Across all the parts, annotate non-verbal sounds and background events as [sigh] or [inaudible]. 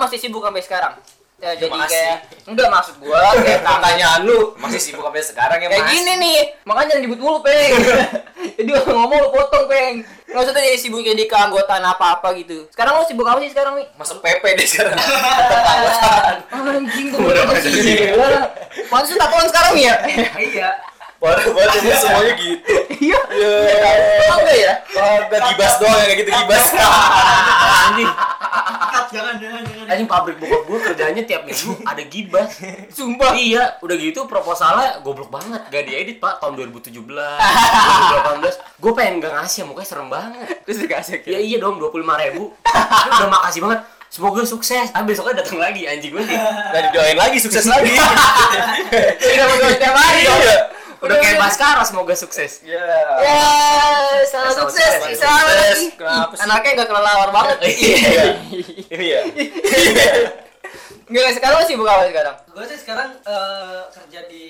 masih sibuk sampai sekarang. Ya, jadi makasih. kayak enggak maksud gua kayak Pertanyaan lu masih sibuk sampai sekarang ya, kayak Mas? gini nih makanya jangan dibut mulu peng jadi kalau ngomong lu potong peng nggak usah tuh jadi sibuk jadi keanggotaan apa apa gitu sekarang lu sibuk apa sih sekarang mi Masuk PP deh sekarang. [laughs] anjing tuh udah Udah, gila pansus tatoan sekarang ya Iya. Parah banget ini semuanya gitu. iya Ya. Oh, enggak ya Enggak gibas doang yang kayak gitu gibas. Anjing, Cut, jangan jangan jangan. anjing pabrik bokap gue kerjanya tiap minggu ada gibah. sumpah Iya, udah gitu proposalnya goblok banget. Gak diedit pak tahun 2017, 2018. Gue pengen gak ngasih, mukanya serem banget. terus dikasih Ya iya dong, 25 ribu. Udah makasih banget. Semoga sukses. Ah besoknya datang lagi anjing gue nih. Enggak didoain lagi sukses lagi. Iya. kita mau doain tiap hari dong. Iya. Udah kayak Baskara semoga sukses. Ya, selamat sukses, sukses. selamat Sukses. lagi. Kenapa Ih, Anaknya gak kelelawar banget. Iya. Iya. Enggak, sekarang lu sibuk apa sekarang? Gue sih sekarang eh, kerja di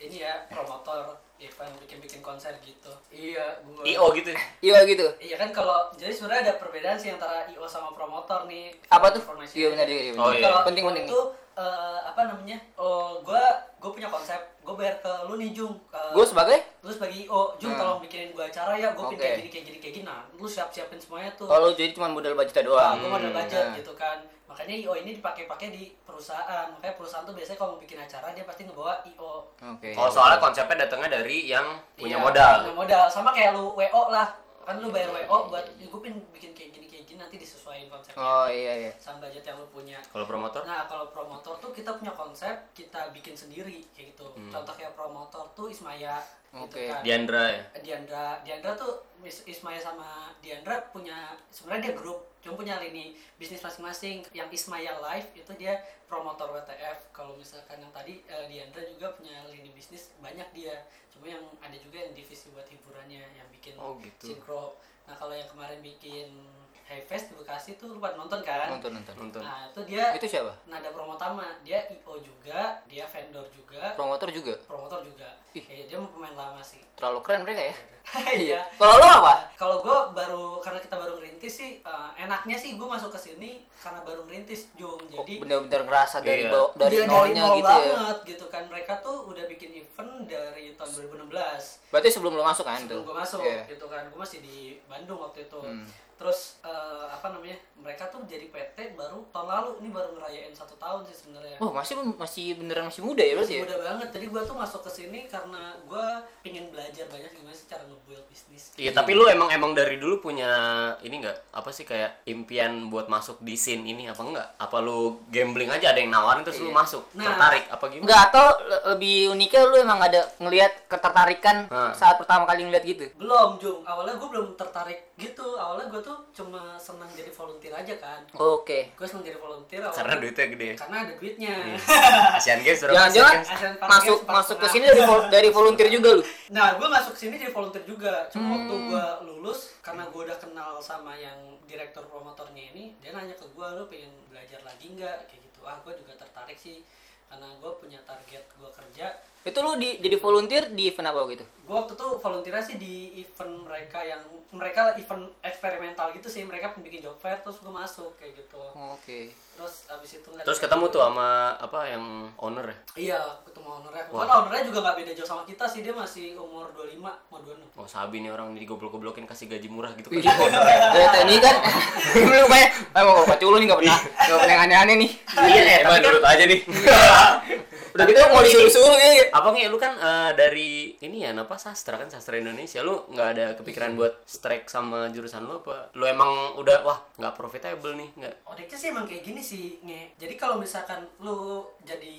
ini ya promotor event bikin-bikin konser gitu. Iya, gue. IO gitu. Iya gitu. Iya kan kalau jadi sebenarnya ada perbedaan sih antara IO sama promotor nih. Apa tuh? Informasi. Iya benar iya. Oh, benar. iya. Penting penting. Itu eh, apa namanya? Oh, gue gue punya konsep. Gue bayar ke lu nih Jung. Eh, Gue sebagai lu sebagai IO, Jung Hmm. tolong bikinin gue acara ya. Gue Oke. Oh, kayak gini kayak gini kayak gini. Nah, lu siap-siapin semuanya tuh. kalau jadi cuma modal budget Nah, doang. gue modal budget nah. gitu kan makanya IO ini dipakai-pakai di perusahaan makanya perusahaan tuh biasanya kalau mau bikin acara dia pasti ngebawa IO Oke. Oh soalnya konsepnya datangnya dari yang punya Iya, punya modal. modal sama kayak lu WO lah kan lu bayar WO buat gue pin bikin kayak gini kayak gini nanti disesuaikan konsepnya Oh iya iya. sama budget yang lu punya Kalau promotor? nah kalau promotor tuh kita punya konsep kita bikin sendiri kayak gitu contoh kayak promotor tuh Ismaya Oke. gitu kan Diandra ya. Diandra Diandra tuh Is- Ismaya sama Diandra punya sebenarnya dia grup cuma punya lini bisnis masing-masing yang Ismaya Live itu dia promotor WTF kalau misalkan yang tadi eh, Diandra juga punya lini bisnis banyak dia cuma yang ada juga yang divisi buat hiburannya yang bikin Oh, gitu. sinkro nah kalau yang kemarin bikin High Fest di Bekasi tuh lupa nonton kan Nonton nonton. Nonton. nah itu dia Itu siapa? nada promotama dia IO juga dia vendor juga Promotor juga. promotor juga ya, dia mau pemain lama sih Terlalu keren mereka ya. [laughs] iya Kalau lo apa? kalau gue baru karena kita baru ngerintis sih eh, enaknya sih gue masuk ke sini karena baru ngerintis Jung jadi Bener-bener ngerasa dari Iya. bawah- Oh, dari dia nolnya nol gitu ya. banget gitu kan mereka tuh udah bikin event dari tahun 2016 Berarti sebelum lo masuk kan tuh. sebelum gue masuk Iya. gitu kan gue masih di Bandung waktu itu Hmm. terus eh, apa namanya mereka tuh jadi PT baru tahun lalu ini baru ngerayain satu tahun sih sebenarnya Wah, masih masih beneran masih muda Oh, ya berarti ya? mudah banget jadi gue tuh masuk ke sini karena gue pingin belajar banyak gimana sih cara nge-build bisnis Iya, tapi lu emang emang dari dulu punya ini enggak apa sih kayak impian buat masuk di scene ini apa enggak? Apa lu gambling aja ada yang nawarin terus lu masuk, Nah. tertarik apa gimana? Enggak atau le- lebih uniknya lu emang ada ngelihat ketertarikan Ah. saat pertama kali ngeliat gitu. Belum, Jung. Awalnya gue belum tertarik gitu. Awalnya gue tuh cuma senang jadi volunteer aja kan. Oke. Gue senang jadi volunteer awalnya. Karena duitnya gede. Karena ada duitnya. Asian Games berapa? Jangan-jangan Asian Games? Asian Park masuk Games, Park masuk ke Tengah. sini dari vol- dari volunteer juga lu. [laughs] Nah, gue masuk sini jadi volunteer juga. Cuma waktu gue lulus, karena gue udah kenal sama yang direktur promotornya ini, dia nanya ke gue, lo pengen belajar lagi nggak? Kayak gitu. Ah, gue juga tertarik sih. Karena gue punya target gue kerja. Itu lu di, jadi volunteer di event apa gitu? Gue waktu itu volunteernya sih di event mereka yang... Mereka event eksperimental gitu sih. Mereka bikin job fair, terus gue masuk kayak gitu. Oke. terus abis itu ngeliat- Terus ketemu tuh sama apa yang owner ya? iya ketemu ownernya Wah. Cuman ownernya juga nggak beda jauh sama kita sih dia masih umur 25 mau 26 Oh, sabi nih orang ini goblok-goblokin kasih gaji murah gitu kan. Ternyata ini kan belum kayak eh mau baca lu nih enggak pernah enggak pernah yang aneh-aneh nih. Iya, emang nurut aja nih. Iya. Udah gitu mau disuruh-suruh ya. [laughs] apa nggak lu kan eh, dari ini ya apa sastra kan sastra Indonesia lu nggak ada kepikiran buat strike sama jurusan lu apa lu emang udah wah nggak profitable nih nggak Odeknya sih emang kayak gini sih nge jadi kalau misalkan lu jadi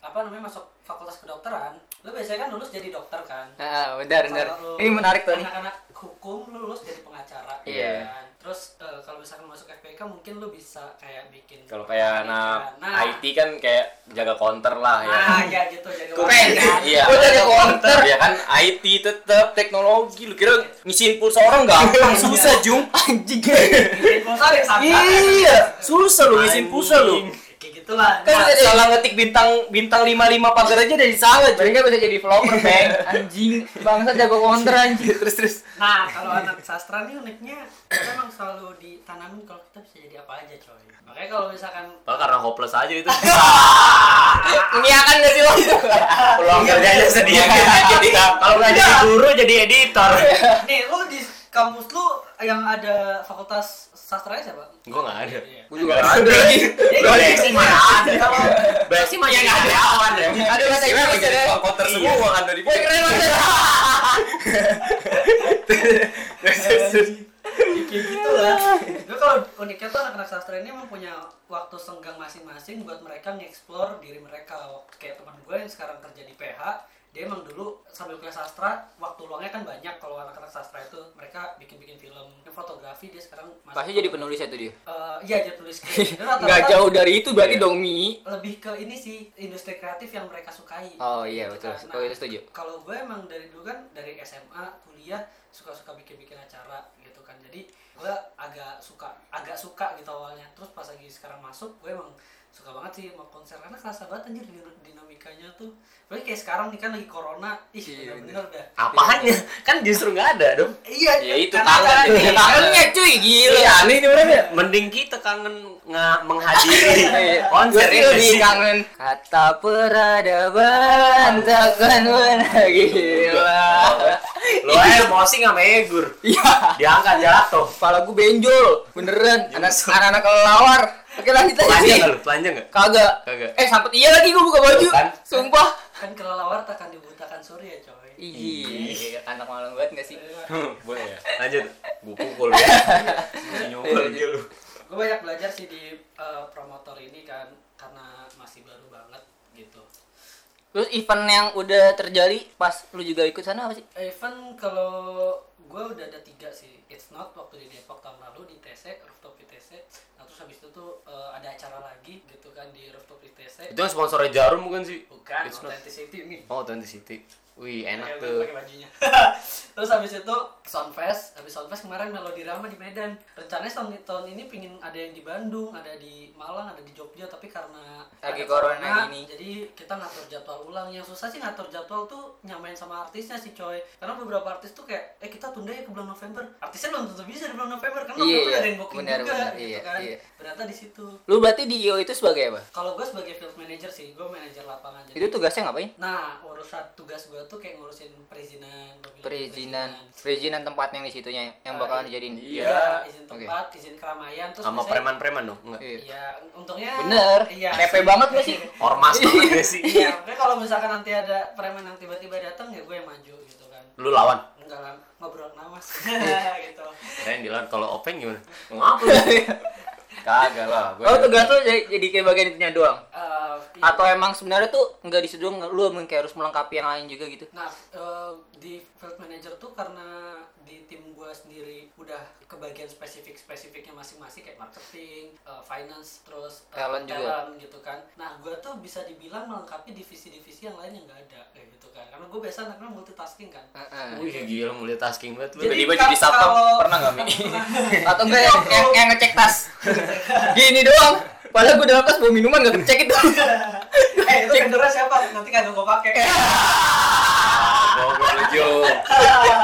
apa namanya masuk fakultas kedokteran lu biasanya kan lulus jadi dokter kan Ah, benar benar. Kalau lu Ini menarik tuh nih. anak-anak hukum lu lulus jadi pengacara Iya. ya kan? terus eh, kalau misalkan masuk FPK mungkin lu bisa kayak bikin Ah, Kalau kayak anak Nah. IT kan kayak jaga counter lah ya. nah ya gitu jadi Keren. kan? Iya. Gua jadi counter. Ya kan IT tetap teknologi. Lu kira ngisiin pulsa orang gampang susah Jung. Iya. Anjing. Bikin ya, konser yang sama. Iya, susah lu ngisiin pulsa lu. kayak gitu Itulah. Kan Nah, udah salah ngetik bintang bintang 55 pagar aja dari salah. cuy. Mereka bisa jadi vlogger, Bang. Anjing, bangsa jago counter anjing. terus terus. Nah, kalau anak sastra nih uniknya kita emang selalu ditanamin kalau kita bisa jadi apa aja, coy. Makanya kalau misalkan Padahal karena hopeless aja itu. Mengiakan gak sih lo? Peluang Iya, kerjanya Iya. sedikit. Ketika kalau nggak jadi guru jadi editor. nih Eh, lu di kampus lu yang ada fakultas sastranya siapa? Iya. Gue nggak ada. Gue juga gak ada lagi. Gue ada sih mana ada. Kalau Berarti mah yang ada awan ya. Aduh, bahasa Cewek Inggris lagi ya. jadi tukang konter semua kan dari Woi, keren banget. kayak gitu lah. Gue kalau uniknya tuh anak-anak sastra ini emang punya waktu senggang masing-masing buat mereka nge-explore diri mereka. Waktu kayak teman gue yang sekarang kerja di PH, dia emang dulu sambil kuliah sastra, waktu luangnya kan banyak kalau anak-anak sastra itu mereka bikin-bikin film, fotografi dia sekarang masuk- Pasti jadi penulis ya tuh dia. Eh, iya jadi penulis skrip. [laughs] Dia rata-rata Gak jauh dari itu berarti dong Mi. lebih ke ini sih industri kreatif yang mereka sukai. Oh iya betul. Nah, Oh itu setuju. Kalau gue emang dari dulu kan dari SMA, kuliah suka-suka bikin-bikin acara gitu kan. Jadi gue agak suka, agak suka gitu awalnya. Terus pas lagi sekarang masuk, gue emang suka banget sih sama konser karena kerasa banget anjir din- dinamikanya tuh. Tapi kayak sekarang nih kan lagi corona, ih Iya, bener-bener dah. Apaannya? Kan justru nggak ada dong. Iya, Ya, itu karena kangen. ada- Iya, Tangannya cuy, gila. Iya, aneh nih orang ya. Mending kita kangen nggak menghadiri [laughs] konser Iya. Gua sih ya nggak lebih sih? kangen kata peradaban takkan gila. Lo aja emosi nggak megur. Iya. Diangkat jatuh. Kepala gue benjol, beneran. Anak anak kelawar. Oke lanjut Telanjang nggak aja. lu? Telanjang nggak? Kagak. Kagak. Eh sempet iya lagi gue buka baju. Tuh kan. Sumpah. kan kelelawar takkan dibutakan surya coy. Iya, anak malam banget gak sih? Boleh ya. Lanjut. Gue pukul ya. Nyumpul Iya. dia lu. gue banyak belajar sih di eh, promotor ini kan karena masih baru banget gitu Terus event yang udah terjadi pas lu juga ikut sana apa sih? event kalau gue udah ada tiga sih it's not waktu di Depok tahun lalu di TC rooftop ITC nah terus habis itu tuh eh, ada acara lagi gitu kan di rooftop ITC Itu yang sponsornya Jarum bukan sih? bukan It's not. authenticity nih Oh, Authenticity. Wih, Iya, Pakai- enak tuh. pakai bajunya [laughs] terus habis itu Soundfest habis Soundfest kemarin Melodi Rama di Medan rencananya tahun, tahun ini pingin ada yang di Bandung ada di Malang ada di Jogja tapi karena Lagi ada corona gini. jadi kita ngatur jadwal ulang yang susah sih ngatur jadwal tuh nyamain sama artisnya sih coy karena beberapa artis tuh kayak eh kita tunda ya ke bulan November artisnya belum tentu bisa di bulan November karena Iya, November iya. ada yang booking Benar, juga benar. gitu Iya, kan iya. ternyata di situ Lu berarti di IO itu sebagai apa? kalau gue sebagai field manager sih gue manajer lapangan Itu jadi tugasnya ngapain? Nah, urusan tugas gua tuh kayak ngurusin perizinan, mobil, Perizinan, perizinan tempat yang di situnya yang bakalan dijadiin. Iya, izin Oke. tempat, izin keramaian terus Sama biasanya- preman-preman dong? Enggak. Iya. Iya, untungnya Bener. Iya. Kepe banget gak sih? Ormas banget nggak sih? Iya, makanya kalau misalkan nanti ada preman yang tiba-tiba datang ya gue yang maju gitu kan. Lu lawan. Enggak lah, ngobrol namas [laughs] gitu. Keren dilawan kalau Openg gimana? Ngapa lu? [laughs] Kagak lah. Oh gua tugas lu jadi, jadi kayak bagian itunya doang? Eh, iya. Atau emang sebenarnya tuh nggak disuruh lu emang kayak harus melengkapi yang lain juga gitu? Nah, eh, di field manager tuh karena di tim gua sendiri udah kebagian spesifik-spesifiknya masing-masing kayak marketing, eh, finance, terus eh, Talent juga. gitu kan. Nah, gua tuh bisa dibilang melengkapi divisi-divisi yang lain yang nggak ada kayak gitu kan. Karena gua biasa anaknya multitasking kan. Ah. Wih, gila multitasking banget lu. Jadi- Tiba-tiba jadi kalau- satpam kalau- pernah nggak Mi? Atau enggak yang, yang, yang ngecek tas? Gini doang. Padahal gue dalam tas bawa minuman gak ngecek itu. eh, itu vendornya siapa? Nanti kagak gua pakai. Oh, gue lucu.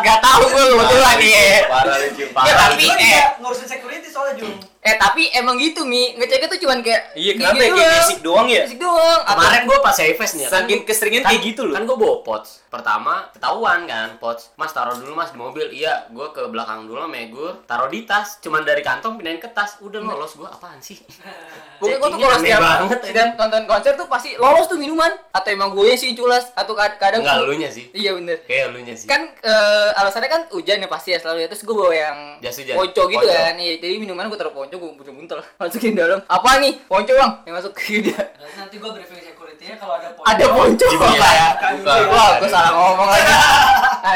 gak tahu gue lu Parah kebetulan lucu, nih. Parah lucu. Ya, Parah. [laughs] tapi- Gua eh. juga ngurusin security soalnya [laughs] Jung. Eh tapi emang gitu Mi, ngeceknya tuh cuman kayak Iya, gini kenapa ya kayak doang. basic doang ya? Basic doang. Atau- Kemarin gue pas Efes nih. ya, kan Saking gua- keseringan kan, kayak gitu loh. Kan gue bawa pots. Pertama ketahuan kan pots. Mas taruh dulu mas di mobil. Iya, gue ke belakang dulu sama Egur. Taruh di tas. Cuman dari kantong pindahin ke tas. Udah lolos gue apaan sih? [laughs] Pokoknya gue tuh kalau Checkingnya aneh setiap, banget, setiap nonton konser tuh pasti lolos tuh minuman Atau emang gue sih yang culas Atau kad- kadang Enggak elunya sih. Iya bener Kayak elunya sih. Kan eh, alasannya kan hujan ya pasti ya selalu ya Terus gue bawa yang Jas hujan. ponco gitu Ponco. kan Iya, Jadi minuman gue taruh ponco, gue buntel-buntel [laughs] Masukin dalam Apa nih? Ponco bang? Yang masuk ke dia Dan nanti gua briefing security-nya kalau ada Ada ponco Dibuka ya. kan Buka. [laughs] Wah gue salah ngomong lagi [laughs]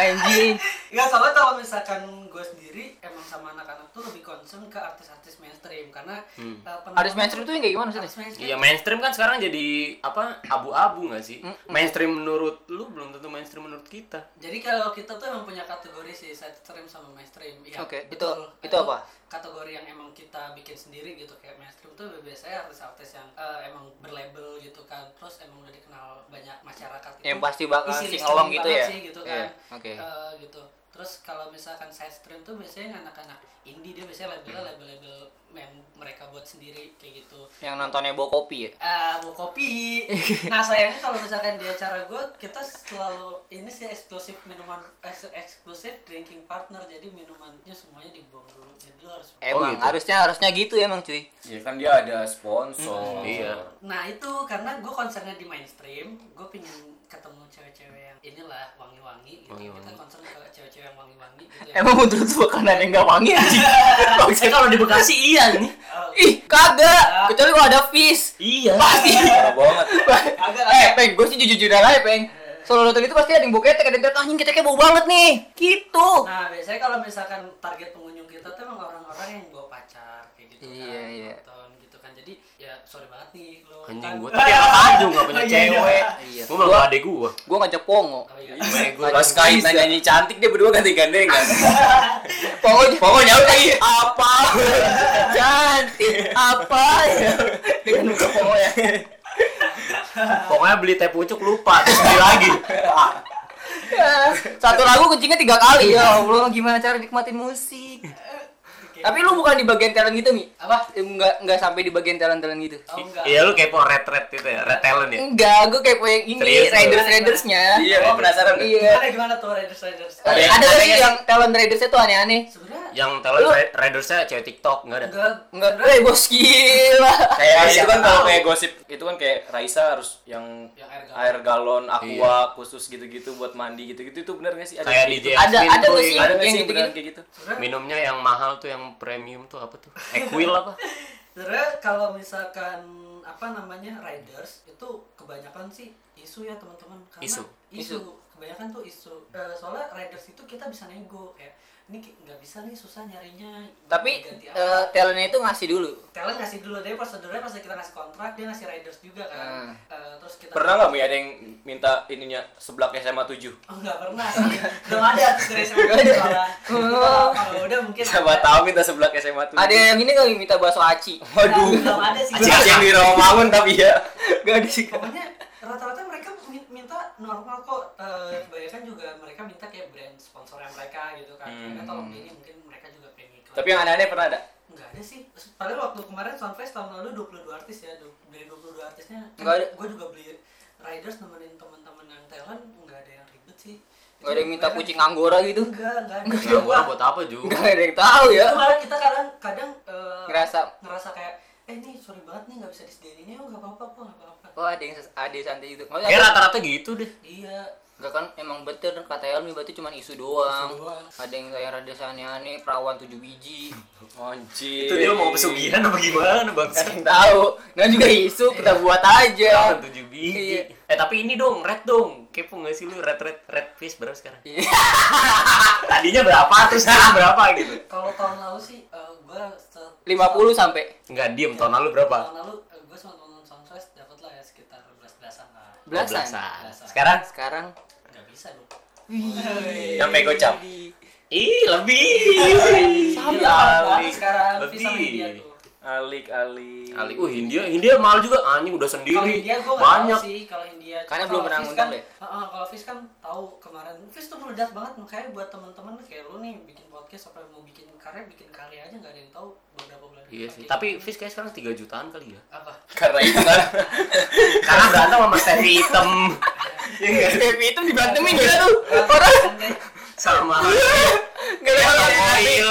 Anjing Enggak soalnya kalau misalkan gue sendiri emang sama anak-anak tuh lebih concern ke artis-artis mainstream mainstream karena Hmm. eh, penemuan- Artis mainstream tuh yang kayak gimana maksudnya? artis mainstream Iya mainstream kan sekarang jadi apa abu-abu nggak sih? Mainstream menurut lu belum tentu mainstream menurut kita. Jadi kalau kita tuh emang punya kategori sih mainstream sama mainstream. Iya. Oke, itu- betul. itu apa? Kategori yang emang kita bikin sendiri gitu kayak mainstream tuh biasanya artis-artis yang eh, emang berlabel gitu kan. Terus emang udah dikenal banyak masyarakat gitu. Yang pasti bakal Isi sing along listrik gitu banget ya. Sih, gitu kan. Iya, Oke. Eh, gitu. Terus kalau misalkan side stream tuh biasanya anak-anak indie dia biasanya labelnya label-label yang mereka buat sendiri kayak gitu. Yang nontonnya bawa kopi ya. Eh, mau kopi. Nah sayangnya kalau misalkan di acara gue kita selalu ini sih eksklusif minuman eks- eksklusif drinking partner jadi minumannya semuanya dibuang dulu jadi lo harus. Emang gitu. Eh, harusnya harusnya gitu emang cuy. Iya kan dia ada sponsor. Iya. Nah itu karena gue konsernya di mainstream gue pingin ketemu cewek-cewek yang inilah wangi-wangi gitu kita concern ke cewek-cewek yang wangi-wangi gitu ya. Emang menurut lu makanan yang gak wangi [laughs] anjing? Saya kalau di Bekasi iya nih. Eh, Ih, kagak. Kecuali kalau ada fish. Iya. Pasti. Parah [laughs] banget. eh, Peng, gue sih jujur-jujur aja, Eh. Peng. Solo hotel itu pasti ada yang bau ketek, ada yang ternyata anjing keteknya bau banget nih. Gitu. Nah, biasanya kalau misalkan target pengunjung kita tuh emang orang-orang yang bawa pacar kayak gitu Iya, kan, iya. nonton gitu kan. Jadi ya sorry banget nih lo. Anjing kan. gue tapi anak aja nggak punya Oh, iya, cewek. Iya. Gue malah adek gue. Gue ngajak pongo. Oh, [laughs] iya. Gue pas kait nanya nyanyi cantik dia berdua ganti gandengan. Pongo [laughs] Pokoknya udah iya. apa? Cantik apa ya? kan Dengan muka pongo ya. Pokoknya beli teh pucuk lupa terus beli lagi. Satu lagu kucingnya tiga kali. Ya Allah, gimana cara nikmatin musik? Tapi lu bukan di bagian talent gitu, Mi? Apa? Enggak enggak sampai di bagian talent-talent gitu. Oh, enggak. Iya lu kepo red red itu ya, red talent ya. Enggak, gue kepo yang ini, Serius lu? Raiders Raidersnya. Iya, gua penasaran. deh. Iya. Gimana gimana tuh Raiders Raiders? Ada yang- ada ada sih yang- yang talent Raidersnya tuh aneh-aneh. Sebenarnya Yang talent Lu- Ra- ridersnya cewek TikTok nggak Ya, ada. enggak Enggak, eh bos gila. Kayak Iya. itu kan kalau kayak gosip itu kan kayak Raisa harus yang Yang air galon. air galon aqua khusus gitu-gitu buat mandi gitu-gitu itu benar nggak sih? yang Kayak DJ gitu? Ada ada Jasmine tuh nggak yang- sih Ada nggak yang sih gitu beneran gitu? kayak gitu? sebenarnya Minumnya yang mahal tuh yang premium tuh apa tuh? Equil [laughs] apa? sebenarnya kalau misalkan apa namanya Raiders itu kebanyakan sih isu ya teman-teman karena Isu. isu Isu. kebanyakan tuh isu Eh, soalnya Raiders itu kita bisa nego kayak ini ki- nggak bisa nih susah nyarinya Tapi ganti apa. eh, talentnya itu ngasih dulu. Talent ngasih dulu deh prosedurnya pas kita ngasih kontrak dia ngasih riders juga kan. Hmm. Eh, terus kita Pernah nggak Mi ada yang minta ininya seblak SMA 7? Oh, enggak pernah sih. Belum ada tuh dari SMA kita malah. Kalau- Kalau Oh, udah mungkin Siapa ada. tahu minta seblak SMA 7. Ada yang ini kali minta bakso aci. [laughs] Nah, Waduh. belum ada sih. Acing di Romangun tapi ya. Gak ada sih. Pokoknya rata-rata mereka min- minta normal kok. Eh, kebanyakan juga mereka minta kayak brand sponsornya mereka gitu kan. Hmm. Mereka tolong ini mungkin mereka juga pengen iklan. Tapi yang aneh-aneh pernah ada. Enggak ada sih. Padahal waktu kemarin Sunfest tahun lalu 22 artis ya. Du- Dari 22 artisnya Enggak ada. Gue juga beli riders nemenin teman-teman yang talent enggak ada yang ribet sih. Gak ada yang minta Mereka- kucing anggora gitu. Enggak, enggak ada. Nah, Gua- gua buat apa juga? Gak ada yang tahu ya. Itu malah kita kadang kadang eh, Ngerasa ngerasa kayak eh nih sorry banget nih nggak bisa disediain ini oh nggak apa-apa kok nggak apa-apa. Oh ada yang ses- ada yang santai gitu. Ya Maksudnya rata-rata gitu deh. Iya. Gak kan emang betul kata Elmi berarti cuma isu doang. Isu doang. Ada yang saya rada aneh perawan tujuh biji. [laughs] Anjir. Itu dia mau "Iya." pesugihan apa gimana bang? Kan Yang tahu. Dan juga isu kita buat Iya. aja. [laughs] Tahun tujuh biji. Eh tapi ini dong, red dong. Kepo nggak sih lu red red red fish berapa sekarang? Iya. Tadinya berapa terus [laughs] sekarang berapa gitu? Kalau tahun lalu sih eh, gua 50 gue sampai Nggak diem tahun lalu berapa? Tahun lalu eh, gue sama teman Sunfest dapat lah ya sekitar belas belasan lah. belasan. 12-an. Sekarang? Sekarang Nggak bisa dong. Iya. Yang pego cap. Ih lebih. Sama Alik. Iya, Iya, sekarang Lebih. bisa sama dia tuh. Alik alik. Alik. Uh India India mahal juga anjing udah Kalau sendiri. India gue nggak tahu Banyak. sih kalau India. Karena Kalau belum pernah Fis ngundang kan- deh. Heeh, kalau Fis kan tahu kemarin Fis tuh meledak banget makanya buat teman-teman kayak lu nih bikin podcast apa mau bikin karya bikin karya aja nggak ada yang tahu beberapa bulan. Iya depan sih. kayak Tapi gimana. fish kayak sekarang 3 jutaan kali ya. apa? Karena itu kan. Karena berantem sama Steffi hitam Baby [laughs] itu dibantemin gitu tuh. Orang sama gak Iya, ada Oil.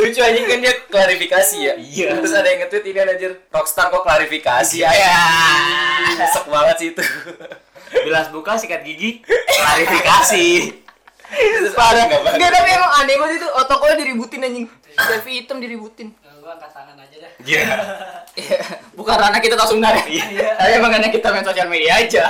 Lucu aja kan dia klarifikasi ya. Iya. Terus ada yang nge-tweet ini anjir. Rockstar kok klarifikasi ya. Iya. Sek banget sih itu. Bilas buka sikat gigi klarifikasi. Parah. Nggak banget. Enggak tapi emang aneh banget itu otaknya diributin anjing. Baby hitam diributin. gue angkat tangan aja deh. Iya. Iya. Bukan ranah kita langsung Iya, sebenarnya. Tapi emang karena kita main sosial media aja.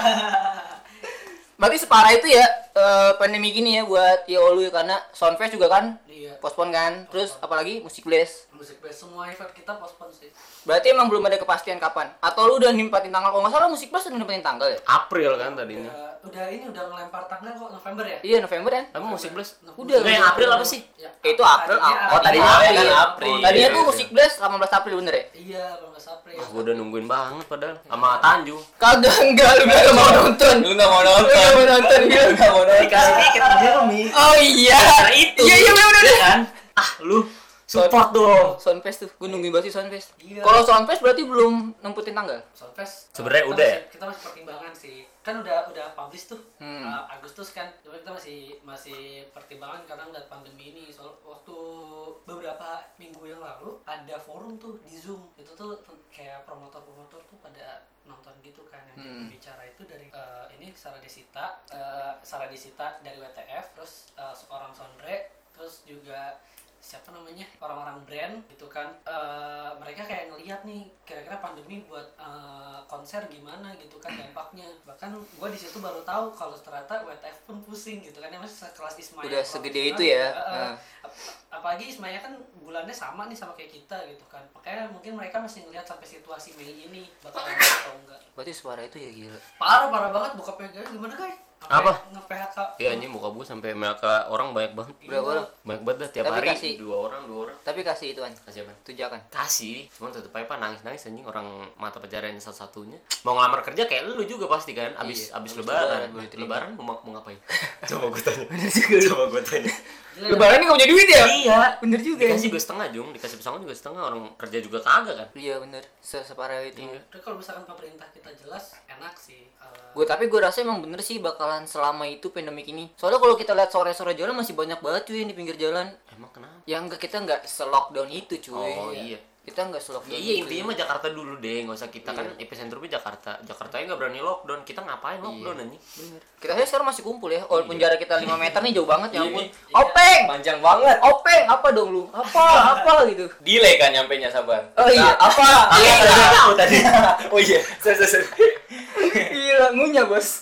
Berarti separah itu ya eh, pandemi gini ya buat yo lu karena Soundfest juga kan Iya. postpone kan. Terus apalagi musik les. Musik band semua event kita postpone sih. Berarti emang belum ada kepastian kapan. Atau lu udah nimpatin tanggal kalau nggak salah musik les udah nimpatin tanggal ya? April kan tadinya. Ya, udah ini udah ngelempar tanggal kok November ya? Iya November kan? Emang musik plus? Udah. Enggak, yang April apa sih? Ya, Itu April. Ap- Oh tadinya April. April. Kan April. Oh, Tadinya tuh Iya, musik les 18 April bener ya? Iya, kalau nggak salah April. Wah, gue Ah, udah nungguin banget padahal sama Tanju. Kagak enggak lu nggak mau nonton. Lu nggak mau Lu nggak mau nonton nonton. gitu. Lu nggak mau nonton. dikit Jeremy. Oh iya. Karena Nah, itu. Iya iya benar benar. Kan? Ah, lu support dong. Soundfest tuh, gue nungguin banget sih Soundfest. Iya. Kalau Soundfest berarti belum nemputin tanggal. Soundfest Sebenarnya kita udah masih- ya? kita masih pertimbangan sih kan udah udah publish tuh Hmm. uh, Agustus kan cuma kita masih masih pertimbangan karena udah pandemi ini soal waktu beberapa minggu yang lalu ada forum tuh di zoom itu tuh t- kayak promotor-promotor tuh pada nonton gitu kan Hmm. yang bicara itu dari uh, ini Sarah Desita uh, Sarah Desita dari WTF terus uh, seorang Sondre terus juga siapa namanya orang-orang brand gitu kan eh, mereka kayak ngelihat nih kira-kira pandemi buat eh, konser gimana gitu kan dampaknya bahkan gue di situ baru tahu kalau ternyata WTF pun pusing gitu kan yang sekelas Ismail Udah segede profesional itu ya. juga, eh, Heeh. Ap- apalagi Ismaya kan bulannya sama nih sama kayak kita gitu kan makanya mungkin mereka masih ngelihat sampai situasi Mei ini bakal ada atau enggak Berarti suara itu ya gila. parah parah banget buka PHK gimana guys Apa? nge PHK Iya anjing muka gue sampai melaka orang banyak banget. Berapa orang? Banyak banget dah tiap Tapi hari kasih. dua orang, dua orang. Tapi kasih itu kan. Kasih apa? Tujakan. Kasih, cuman tetep aja Pak, nangis-nangis anjing orang mata pencarian satu-satunya. Mau ngelamar kerja kayak lu juga pasti kan, abis Iya, abis, abis lebaran, lebaran. Nah, baru Lebaran, diterima. mau, mau [laughs] ngapain? Coba gue tanya. Coba gue tanya. Gila, Lebaran ini gak punya duit ya? iya. Bener juga. ya. Dikasih juga setengah jung, dikasih pesangon juga setengah, orang kerja juga kagak kan? Iya bener. Se- Separah itu. Iya. Tapi kalau misalkan pemerintah kita jelas, enak sih. Eh, Gue tapi gue rasa emang bener sih bakalan selama itu pandemik ini. Soalnya kalau kita lihat sore-sore jalan masih banyak banget cuy yang di pinggir jalan. Emang kenapa? Yang enggak kita nggak se lockdown itu cuy. Oh, iya. Kita nggak se lockdown. Iya itu. intinya mah Jakarta dulu deh, nggak usah kita Iya. kan epicentrumnya Jakarta. Jakarta nggak berani lockdown, kita ngapain lockdown anjing? Bener. Kita aja sekarang masih kumpul ya. Walaupun jarak kita 5 meter nih jauh banget ya Iya, ampun. nih. Openg. Panjang banget. Openg apa dong lu? Apa? Apa gitu. Delay kan nyampe nya sabar. Ah, Oh iya, [laughs] apa? Nggak tahu tadi. Oh iya. Sorry, sorry, sorry. Gila, ngunyah bos. [laughs]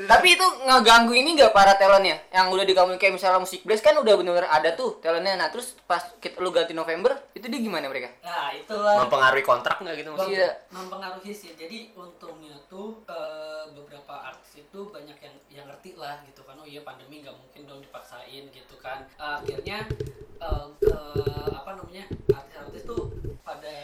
Tapi itu ngeganggu ini nggak para talentnya? Yang udah digabungin kayak misalnya musik blast kan udah bener-bener ada tuh talentnya. Nah terus pas kita, lu ganti November, itu dia gimana mereka? Nah, itulah. Mempengaruhi kontrak nggak gitu maksudnya? Iya. mempengaruhi sih jadi untungnya tuh eh, beberapa artis itu banyak yang yang ngerti lah gitu kan oh iya pandemi nggak mungkin dong dipaksain gitu kan Eh, akhirnya eh, eh, apa namanya artis-artis tuh pada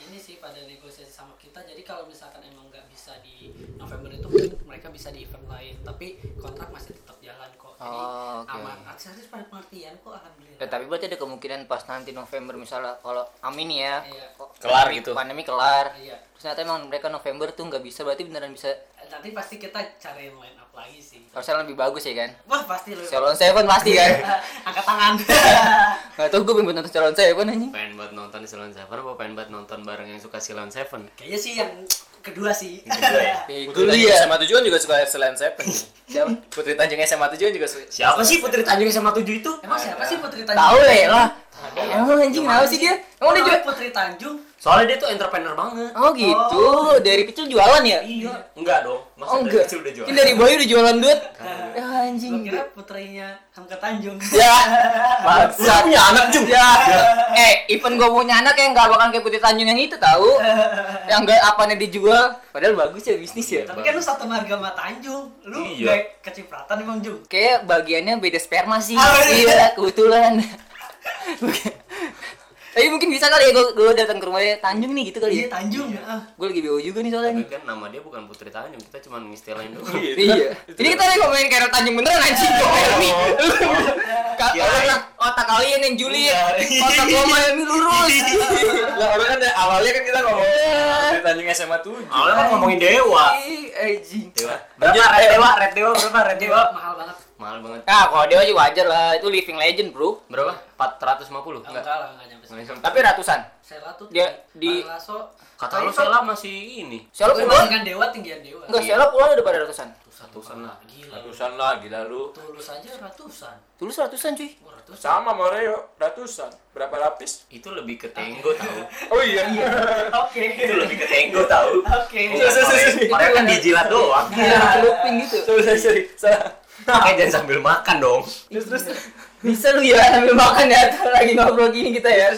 ini sih pada negosiasi sama kita jadi kalau misalkan emang nggak bisa di November itu mungkin mereka bisa di event lain tapi kontrak masih tetap jalan kok jadi Oh, oke. aman artis-artis pada pengertian kok alhamdulillah Ya, tapi berarti ada kemungkinan pas nanti November misalnya kalau amin ya. Iya. kok- Kelar pandemi- gitu. Pandemi kelar. Iya. Terus ternyata emang mereka November tuh nggak bisa berarti beneran bisa nanti pasti kita cariin line up lagi sih harusnya lebih bagus ya kan? wah pasti lu Salon Seven pasti Iya. kan? [laughs] angkat tangan Gak tau gue pengen nonton Salon Seven anjing pengen buat nonton di Silon Seven apa pengen buat nonton bareng yang suka Silon Seven kayaknya sih yang kedua sih Bego Putri lu Tanjung ya SMA 7 kan juga suka selain Seven. Siapa? Putri Tanjung SMA 7 kan juga suka. siapa sih Putri Tanjung sama tujuh itu [laughs] emang siapa sih Putri Tanjung Tahu ya lah Ada ya? Emang anjing kenapa sih dia? Emang dia Orang juga Putri Tanjung soalnya dia tuh entrepreneur banget Oh gitu, dari kecil jualan ya? iya enggak dong Oh masa dari enggak, kecil udah Kan jual Ini dari bayi udah jualan duit Ya gue anjing kira putrinya Hamka Tanjung Ya, maksa punya anak juga Ya, eh even gue punya anak yang gak bakal kayak Putri Tanjung yang itu tahu Yang gak apanya dijual Padahal bagus ya bisnis ya tapi kan lu satu marga sama Tanjung lu Iya. gak kecipratan emang Jung Kayak bagiannya beda sperma sih Ah, Iya, kebetulan Tapi mungkin bisa kali ya gue datang ke rumahnya Tanjung nih gitu kali ya iya Tanjung ah. Gue lagi BO juga nih soalnya tapi nih kan nama dia bukan Putri Tanjung kita cuma ngistirahin doang [laughs] Iya. Jadi kita nih ngomongin Carol Tanjung beneran anjing gue Fermi. Kalau otak kalian yang Juliet, otak gue main lurus. Lah orang kan dari awalnya kan kita ngomong Putri Tanjung SMA 7. awalnya kan ngomongin dewa Ih, anjing. dewa Berapa red dewa? Red dewa berapa red dewa? mahal banget mahal banget Nah, kalau dia sih wajar lah, itu living legend, Bro. berapa 450 enggak enggak lah enggak nyampe Enggak nyampe. Tapi ratusan. Sela tuh Dia di- Lasso Kata lu Sela masih ini. Sela puluhan Dibandingkan dewa tinggian dewa. Ya enggak Sela puluhan udah pada ratusan Ratusan lah. Gila. Ratusan lagi lalu. Tulus aja ratusan. tulus ratusan cuy Oh, ratusan. Sama Moreo, ratusan. Berapa lapis? Itu lebih ke tenggo tahu. Oh iya. Oke. Itu [laughs] lebih ke tenggo [laughs] tahu. Oke. Orang kan dijilat doang. gila celupin gitu [laughs] Sorry, sorry, sorry. Salah. Makanya jangan sambil makan dong. Terus terus. bisa lu ya sambil makan ya lagi ngobrol gini kita ya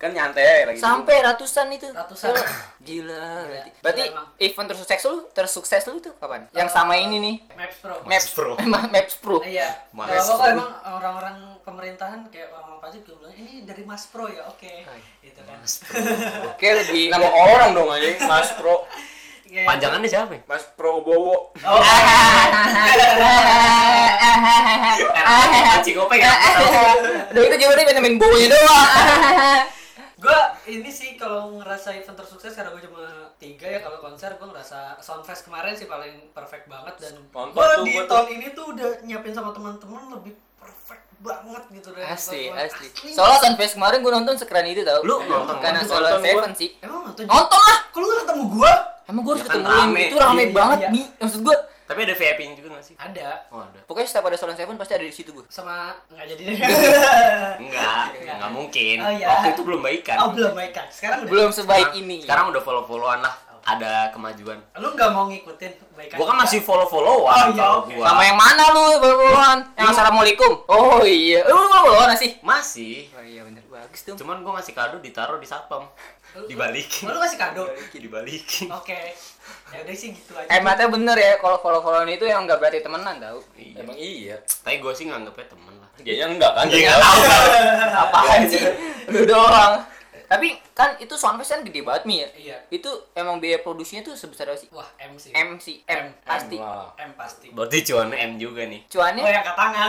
Kan nyantai lagi. sampai ratusan Iya, itu Ratusan. Sela. gila berarti Gila, berarti emang. event tersukses lu tersukses lu itu kapan yang sama ini nih Maps Pro. Maps Pro. [laughs] Maps Pro Iya. Mas Kalau Pro. kok emang orang-orang pemerintahan kayak orang-orang pajak juga bilang ini dari Mas Pro ya, oke. Gitu kan. oke lebih Nama orang dong anjing, Mas Pro. Iya. Panjangannya siapa? ya? Mas Pro Bowo. Oh. Panci kopeng eh, ya? Udah itu juga dia main baunya doang. gue ini sih kalau ngerasa event tersukses karena gue cuma tiga ya kalau konser gue ngerasa soundfest kemarin sih paling perfect banget dan Nonton gue tuh, di gua tuh. tahun ini tuh udah nyiapin sama teman-teman lebih perfect banget gitu dari asli, event asli. gua. Soalnya Sunfest kemarin gue nonton sekeren itu tau. Lu nonton karena kan? soalnya Nonton Seven sih. emang nonton Nonton lah. kalau nggak ketemu gue Emang gue harus Ya kan ketemu rame. itu rame Iya, iya, banget iya. nih. Maksud gue, Tapi ada VIP-nya juga nggak sih? ada Oh ada. pokoknya setiap ada Solan Seven pasti ada di situ gue. sama nggak jadi deh Enggak, enggak mungkin. Oh, iya. Waktu itu belum baikan. oh belum baik kan sekarang udah Belum sebaik ini. Sekarang udah follow-followan lah. Ada kemajuan. lu nggak mau ngikutin baik Gua kan masih follow-followan. Oh, iya, kalau oke. gua. sama yang mana lu baruan? Yang Iya. assalamualaikum. Oh iya, Eh, lu belum belum sih? Masih. Oh iya bener bagus tuh. Cuman gua ngasih kado ditaruh di sapam. Dibalikin. lu kasih kado oke [laughs] Dibalikin. Oh. ya udah sih gitu aja Hematnya bener ya kalau follow followan itu yang nggak berarti temenan tau. Iya. Emang iya. Tapi gua sih nganggepnya temen lah. Dia enggak kan? Dia nggak tahu. Apaan sih? Lu doang. Tapi kan itu soundfest kan gede banget Mi ya. iya Itu emang biaya produksinya tuh sebesar apa sih? wah M sih M sih, M, pasti. Wah, M pasti Berarti cuan M juga nih. Oh Cuannya yang angkat tangan.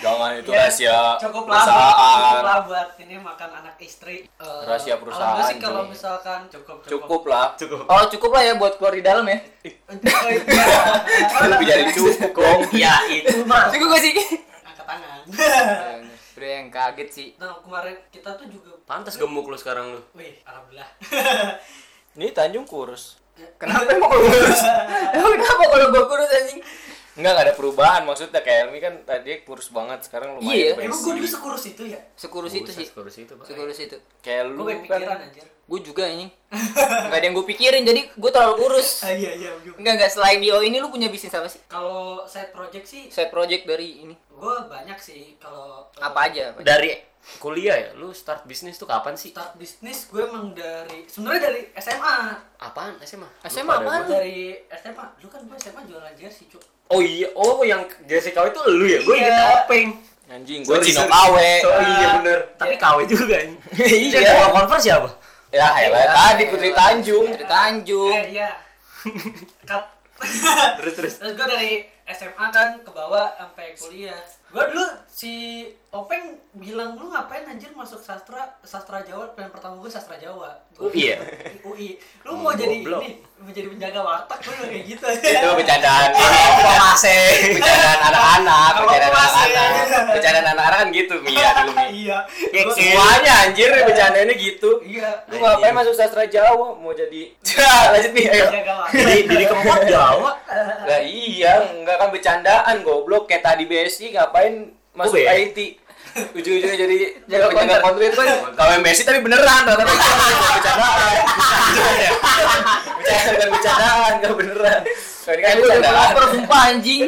Jangan itu Ya, rahasia [laughs] Cukup lah, cukup perusahaan. lah buat ini makan anak istri. Eh, Rahasia kalau perusahaan, gua sih kalau cuy. misalkan cukup [laughs] Cukup lah. Cukup. Oh cukup lah ya buat keluar di dalam ya. Oh, [laughs] iya. Lebih dari cukup Oh, dong. Ya itu mah. [laughs] Cukup gak sih? Angkat [laughs] tangan. Udah yang kaget sih. Nah kemarin kita tuh juga, [laughs] Pantas gemuk lu sekarang lu. wih [laughs] alhamdulillah. Ini Tanjung kurus. Kenapa emang kalau kurus? Emang [laughs] kenapa kalau gua kurus anjing? Enggak, enggak ada perubahan maksudnya kayak Elmi kan tadi kurus banget, Iya. sekarang lumayan berisi. Emang gue dulu sekurus itu ya? Sekurus itu Buset, sih. Kurus itu, Pak. Sekurus itu. Kayak lu Gue baik kan pikiran anjir. Gue juga anjing. Gak ada yang gue pikirin jadi gue terlalu kurus. Ah, iya iya. gua- Enggak enggak selain Dio ini lu punya bisnis apa sih? Kalau side project sih, Side project dari ini. gue banyak sih. Kalau Apa aja? Apa aja? Dari kuliah ya, lu start bisnis tuh kapan sih? start bisnis gue emang dari sebenarnya dari SMA Apaan SMA? SMA Lupa deh apaan? gua. dari SMA lu kan gue SMA jualan jersey cuy Oh iya, oh yang Jessica itu lu ya? Gue inget Iya. topeng. anjing gua eh. Sorry, Cino sorry. Kawe. So iya bener. Tapi KW juga ini. [laughs] Iya. Iya. Kalau konvers siapa? Ya, elah tadi Putri Tanjung. Dari Tanjung. Eh, iya. Cut. Terus [laughs] terus. Terus gue dari SMA kan ke bawah sampai kuliah. Gue dulu si Openg bilang lu ngapain anjir masuk sastra sastra Jawa pilihan pertama gue sastra Jawa. Gua- UI ya? UI. Lu mau Hmm, jadi goblok. Iya, ini mau jadi penjaga warteg gue kayak gitu. [laughs] Itu bercandaan pomase, bercandaan anak-anak, Kalau bercandaan pomase, anak-anak. ya. Bercandaan anak-anak kan gitu Mia dulu. Mi. Iya. Ya, Gua- Semuanya anjir bercandaannya gitu. Iya. Lu ngapain masuk sastra Jawa? Mau jadi [laughs] Ya, lanjut nih, ayo. Penjaga warteg. Jadi jadi keempat Jawa. Lah iya, enggak kan bercandaan goblok kayak tadi BSI ngapain masuk Oh, iya. IT. Ujung-ujungnya jadi Jaga jaga penjaga konter. konter itu kan kalau BSI tapi beneran, tapi bercandaan. Bercandaan bukan bercandaan, enggak beneran. Kalau ini kan Gue udah bercandaan. lapar sumpah anjing.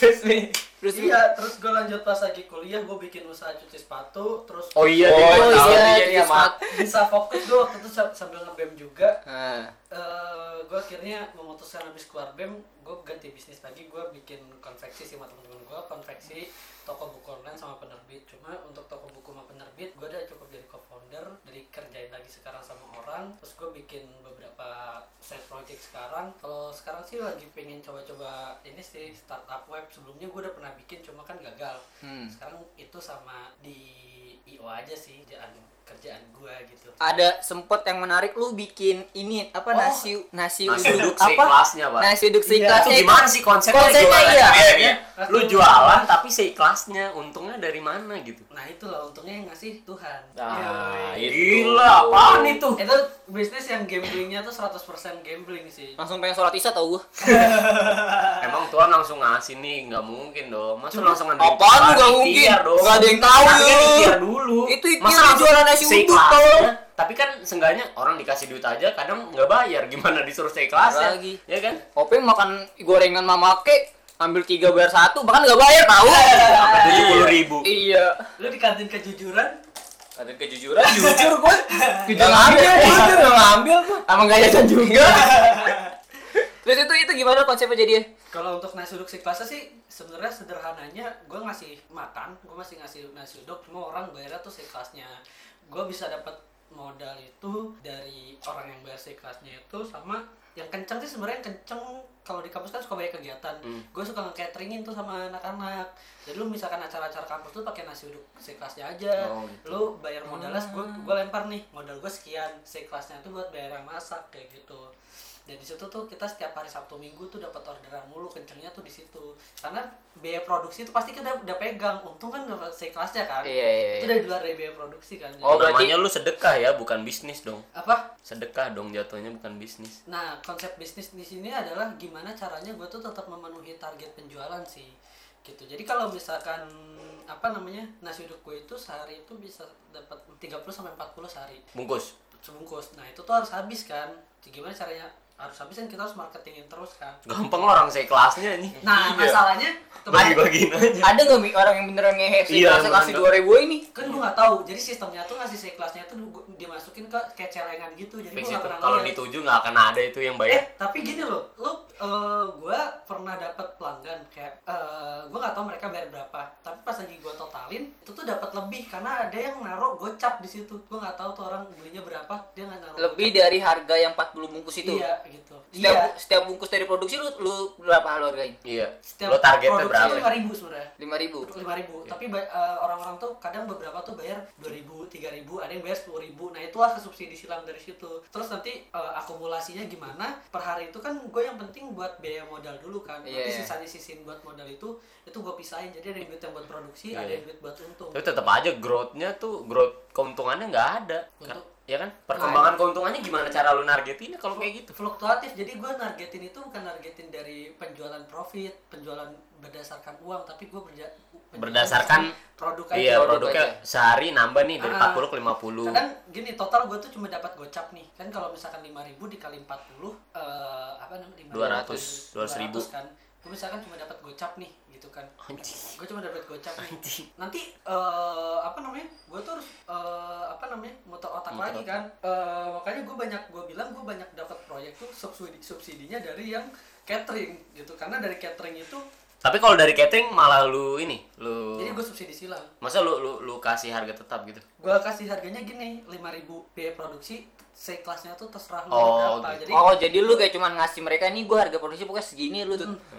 Terus nih. Terus Iya, terus gue lanjut pas lagi kuliah, gue bikin usaha cuci sepatu, terus Oh iya, Oh, dia Oh tahu iya, dia nih, terus sama- mat- bisa fokus gue waktu itu sa- sambil nge-BEM juga Ah. eh gue akhirnya memutuskan habis keluar BEM gue ganti bisnis lagi gue bikin konveksi sih sama temen-temen gue konveksi toko buku online sama penerbit cuma untuk toko buku sama penerbit gue udah cukup jadi co-founder dari kerjain lagi sekarang sama orang terus gue bikin beberapa side project sekarang kalau sekarang sih lagi pengen coba-coba ini sih startup web sebelumnya gue udah pernah bikin cuma kan gagal Hmm. sekarang itu sama di IO aja sih jangan kerjaan gua gitu ada sempet yang menarik lu bikin ini apa Oh. nasi nasi, Nasi uduk uduk apa seikhlasnya, Pak. nasi uduk Iya, seikhlasnya Itu itu. gimana sih konsepnya? Konsepnya jualan? iya. Iya, iya. Lu Satu- jualan tapi seikhlasnya, untungnya dari mana gitu? nah itulah untungnya yang ngasih Tuhan Nah, Ah, Yoi. itu. Gila, apaan itu? itu bisnis yang gamblingnya tuh 100% gambling sih langsung pengen sholat isya tau gua Emang Tuhan langsung ngasih nih, nggak mungkin dong. Masa langsung ada apaan lu nggak mungkin? Nggak ada yang tahu, Harganya lu. ikhtiar dulu. Itu ikhtiar jualan nasi uduk, tau. seikhlasnya. Tapi kan seenggaknya orang dikasih duit aja kadang nggak bayar gimana disuruh seikhlasnya. Lagi. Ya kan? Openg makan gorengan mama ke ambil tiga bayar satu bahkan nggak bayar tahu Iya. Eh, Sampai 70 ribu. iya lu di kantin kejujuran Ada kejujuran jujur gua jujur ngambil, ngambil jujur ngambil emang gak jajan Iya. juga terus itu itu gimana konsepnya Iya, jadinya Kalau untuk nasi uduk si kelasnya sih sebenarnya sederhananya gue ngasih makan, gue masih ngasih nasi uduk, cuma orang bayarnya tuh si kelasnya. Gue bisa dapat modal itu dari orang yang bayar si kelasnya itu sama yang kenceng sih sebenarnya yang kenceng kalau di kampus kan suka banyak kegiatan. Hmm. Gue suka nge-cateringin tuh sama anak-anak. Jadi lu misalkan acara-acara kampus tuh pakai nasi uduk si kelasnya aja. Oh, gitu. Lu bayar modalnya, gue lempar nih modal gue sekian. Si kelasnya tuh buat bayar yang masak kayak gitu dan di situ tuh kita setiap hari Sabtu Minggu tuh dapat orderan mulu kencengnya tuh di situ karena biaya produksi itu pasti kita udah pegang untung kan nggak seikhlasnya kan Iya, iya, iya. itu dari luar dari biaya produksi kan Oh, berarti- namanya lu sedekah ya, bukan bisnis dong. apa Sedekah dong jatuhnya bukan bisnis. nah konsep bisnis di sini adalah gimana caranya gue tuh tetap memenuhi target penjualan sih gitu jadi kalau misalkan apa namanya nasi uduk gue itu sehari itu bisa dapat 30 sampai 40 sehari Bungkus. sebungkus nah itu tuh harus habis kan gimana caranya harus habis kan kita harus marketingin terus kan Gampang lah orang seikhlasnya ini. nah masalahnya kemarin- Bagi-bagiin aja. ada nggak Mi, orang yang beneran ngehe sih Iya, kasih kasih bener. dua ribu ini kan gue nggak tahu jadi sistemnya tuh ngasih si kelasnya tuh gua- dimasukin ke kayak celengan gitu jadi Fix gue nggak itu. pernah Kalau lihat. dituju ya. nggak akan ada itu yang eh bayar. tapi gini loh lo gue pernah dapat pelanggan kayak gue nggak tahu mereka bayar berapa tapi pas lagi gue totalin itu tuh dapat lebih karena ada yang naruh gocap di situ gue nggak tahu tuh orang belinya berapa dia nggak naruh lebih dari harga yang 40 bungkus itu itu iya gitu setiap, iya setiap bungkus dari produksi lu lu berapa lu hargain Iya. setiap Lo targetnya produksi berapa? lima ribu sebenarnya lima ribu lima ribu Iya. tapi ba- eh, orang-orang tuh kadang beberapa tuh bayar dua ribu tiga ribu ada yang bayar sepuluh ribu nah itulah kesubsidi silang dari situ terus nanti eh, akumulasinya gimana per hari itu kan gue yang penting buat biaya modal dulu kan nanti Iya. sisanya sisin buat modal itu itu gue pisahin jadi ada yang duit yang buat produksi Iya. ada yang duit buat untung Tapi tetap aja growth-nya tuh growth keuntungannya nggak ada. Kan, Untuk- ya kan? Perkembangan keuntungannya gimana cara lu nargetinnya kalau kayak gitu? fluktuatif jadi gue nargetin itu bukan nargetin dari penjualan profit penjualan berdasarkan uang tapi gue berja- penjualan Berdasarkan- produk aja. Iya, produk produknya sehari nambah nih dari Ah. 40 ke 50. kadang gini total gue tuh cuma dapat gocap nih kan kalau misalkan 5000 dikali 40 eh apa namanya 200, 200.000. kan gue misalkan cuma dapat gocap nih gitu [laughs] kan Anjing. gue cuma dapat gocap nih Anjing. nanti eh apa namanya gue tuh harus eh, apa namanya muter otak Muter lagi otak. kan Eh, makanya gue banyak gue bilang gue banyak dapat proyek tuh subsidi subsidinya dari yang catering gitu karena dari catering itu Tapi kalau dari catering malah lu ini, lu jadi gue subsidi silang masa lu, lu lu kasih harga tetap gitu. gue kasih harganya gini 5000 biaya produksi seikhlasnya tuh terserah lu Oh, berapa gitu. jadi Oh jadi lu kayak cuman ngasih mereka nih gua harga produksi pokoknya segini lu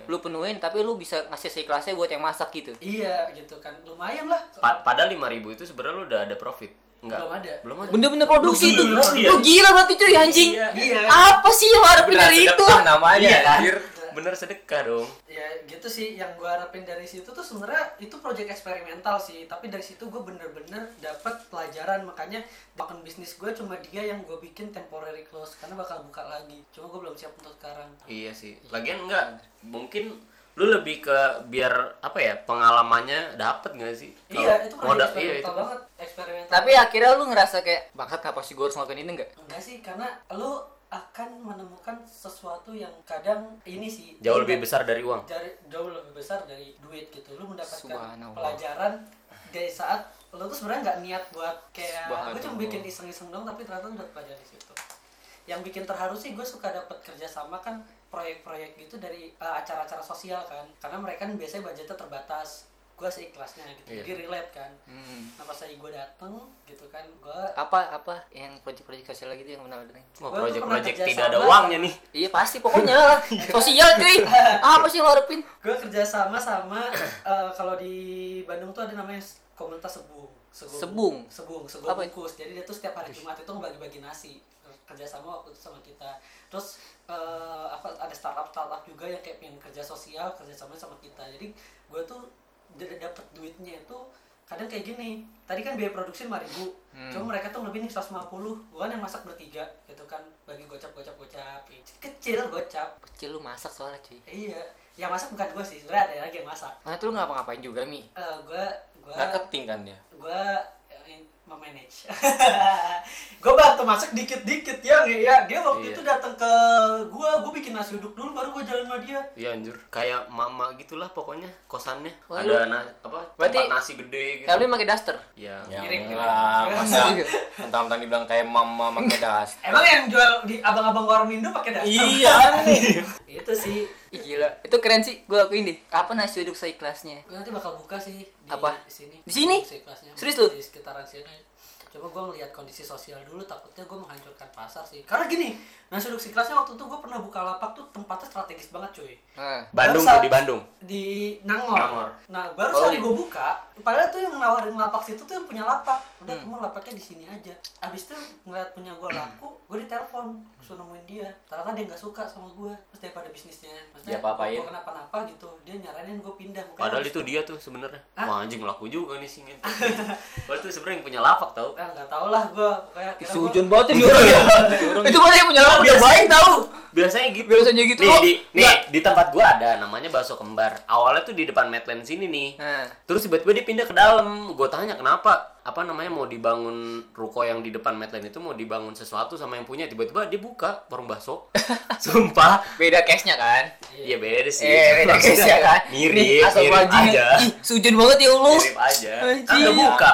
lu penuhin tapi lu bisa ngasih seikhlasnya buat yang masak gitu. Iya gitu kan lumayan lah. Pa- padahal 5000 itu sebenarnya lu udah ada profit. Enggak. Belum ada. Belum ada. Bener-bener produksi itu. Lu gila, Lu gila berarti cuy anjing. Iya. Apa sih yang harapin Beneran dari itu? sedekah namanya Iya kan? anjir. Bener sedekah dong. Ya gitu sih yang gue harapin dari situ tuh sebenarnya itu project eksperimental sih tapi dari situ gue bener-bener dapet pelajaran makanya bahkan bisnis gue cuma dia yang gue bikin temporary close karena bakal buka lagi cuma gue belum siap untuk sekarang. Iya sih. Lagian enggak mungkin lu lebih ke biar apa ya pengalamannya dapet nggak sih? Kalau iya itu project modal iya itu. eksperimental banget eksperimental. Tapi akhirnya lu ngerasa kayak bakat apa sih gua harus ngelakuin ini enggak? enggak sih karena lu akan menemukan sesuatu yang kadang ini sih Jauh lu lebih besar dari uang. dari jauh lebih besar dari duit gitu lu mendapatkan Subhanallah. pelajaran dari saat lu tuh sebenarnya nggak niat buat kayak gue cuma Subhanallah. bikin iseng-iseng dong tapi ternyata udah pelajaran di situ yang bikin terharu sih gue suka dapat kerjasama kan proyek-proyek gitu dari eh, acara-acara sosial kan karena mereka kan biasanya budgetnya terbatas gue seikhlasnya gitu Iya. jadi relate kan Hmm. nah pas lagi gue dateng gitu kan gue Apa apa yang project-project sosial gitu yang benar benar Wah, Gua tuh pernah proyek-proyek kerja tidak ada sama- uangnya nih. Iya pasti pokoknya [laughs] lah. sosial cuy. Apa sih yang lu harapin? [coughs] gue kerjasama sama eh, kalau di Bandung tuh ada namanya komunitas sebung Sebung. sebung sebung Apa itu? bungkus jadi dia tuh setiap hari Jumat itu ngebagi-bagi nasi kerjasama waktu itu sama kita terus eh, apa ada startup startup juga yang kayak pengen kerja sosial kerjasama sama kita jadi gue tuh d- dapet duitnya itu kadang kayak gini tadi kan biaya produksi 5000 ribu Hmm. cuma mereka tuh lebih nih 150 gue kan yang masak bertiga gitu kan bagi gocap gocap gocap kecil gocap Kecil lu masak soalnya cuy. iya yang masak bukan gue sih sebenarnya ada lagi yang masak Mana tuh lu ngapa-ngapain juga, Mi? Eh, gue gue Nggak keting kan dia. gue eh, memanage [laughs] gue bantu masak dikit-dikit ya nggak ya dia Iya. waktu itu datang ke gue gue bikin nasi uduk dulu baru gue jalan sama dia Iya anjir, kayak mama gitulah pokoknya kosannya. Wah, Ada lu- na- apa? Berarti- tempat nasi gede gitu. Kalau lu pakai daster. Ya. Ya Mirip, mirip. lah, masa Mirip. mentang-mentang dibilang kayak mama pakai das. emang yang jual di abang-abang warung Indo pakai dasar Iya nih. [laughs] itu sih Ih, gila. Itu keren sih, gua akuin deh. Kapan nasi uduk seikhlasnya? gue nanti bakal buka sih di Apa? sini Di sini? Seikhlasnya. Serius lu? di sekitaran sini coba gue ngeliat kondisi sosial dulu takutnya gue menghancurkan pasar sih karena gini nah, nasi uduk siklasnya waktu itu gue pernah buka lapak tuh tempatnya strategis banget cuy Nah. Bandung Barusan- tuh di Bandung. di Nangor. Nangor. Nah, baru Oh, sekali iya. gue buka, padahal tuh yang nawarin lapak situ tuh yang punya lapak. Udah Hmm. kamu lapaknya di sini aja. Abis itu ngeliat punya gue laku, gue ditelepon, suruh nemuin dia. Ternyata dia nggak suka sama gue. Terus daripada bisnisnya, maksudnya Diapa-apain? gua kenapa-napa gitu, dia nyaranin gue pindah. Makanya Padahal abis- itu dia tuh sebenarnya. Hah? Wah anjing laku juga nih singin. Padahal tuh sebenarnya yang punya lapak tau. Ah, nggak tau lah gue, pokoknya akhirnya gua- Sujun banget ya, orang ya. Itu mana yang punya lapak udah baik tau. Biasanya gitu. Biasanya gitu. Nih, oh. di, nih, di tempat gua ada namanya bakso kembar. Awalnya tuh di depan Medland sini nih. Nah. Terus tiba-tiba dia pindah ke dalam. Gue tanya kenapa? Apa namanya mau dibangun ruko yang di depan Medland itu mau dibangun sesuatu sama yang punya. Tiba-tiba dia buka warung [laughs] bakso. Sumpah. Beda case-nya kan? Iya beda sih. Eh, beda case-nya kan? Mirip, asal mirip bajingan. aja. Ih, sujun banget ya lu. Mirip aja. Anjing. Kagak buka.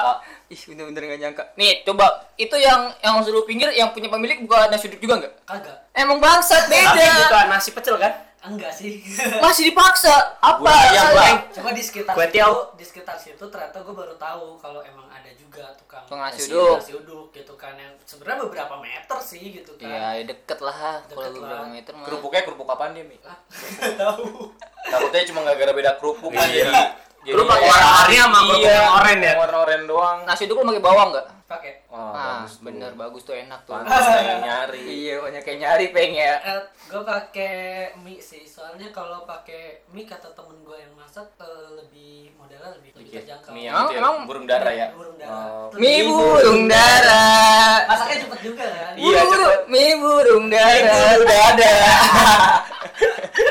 Ih, bener-bener gak nyangka. Nih, coba. Itu yang yang suruh pinggir, yang punya pemilik bukan nasi uduk juga nggak? kagak, Emang bangsat Tapi buka beda. nasi pecel kan? enggak sih. [laughs] Masih dipaksa. Apa? Bukan yang alasannya? bang. Cuma di sekitar Kue situ, tiaw. di sekitar situ ternyata gue baru tahu kalau emang ada juga tukang Tukang nasi uduk. nasi uduk gitu kan yang sebenarnya beberapa meter sih gitu kan. Iya, ya deket lah Deket kalau lah. beberapa meter mah. Kerupuknya kerupuk apaan dia, Mi? [laughs] Tahu. Takutnya cuma gara-gara beda kerupuk Iya. kan jadi jadi- Kerupuk warna oranye sama kerupuk Iya, yang oranye ya? Warna oranye doang. Nasi uduk lu pakai bawang nggak? Pakai Wah, Ah, Oh, bagus tuh. bener bagus tuh enak tuh. Pantas pengen nyari. Iya, banyak yang nyari pengen ya. gue Eh, pakai mie sih soalnya kalau pakai mie kata temen gue yang masak eh, lebih modalnya lebih lebih terjangkau Mie Emang- yang itu ya, Iya. emang- burung dara ya. Burung dara. Oh. Mie burung dara. masaknya cepet juga kan Iya, Buru- Mie burung Itu dara. udah ada.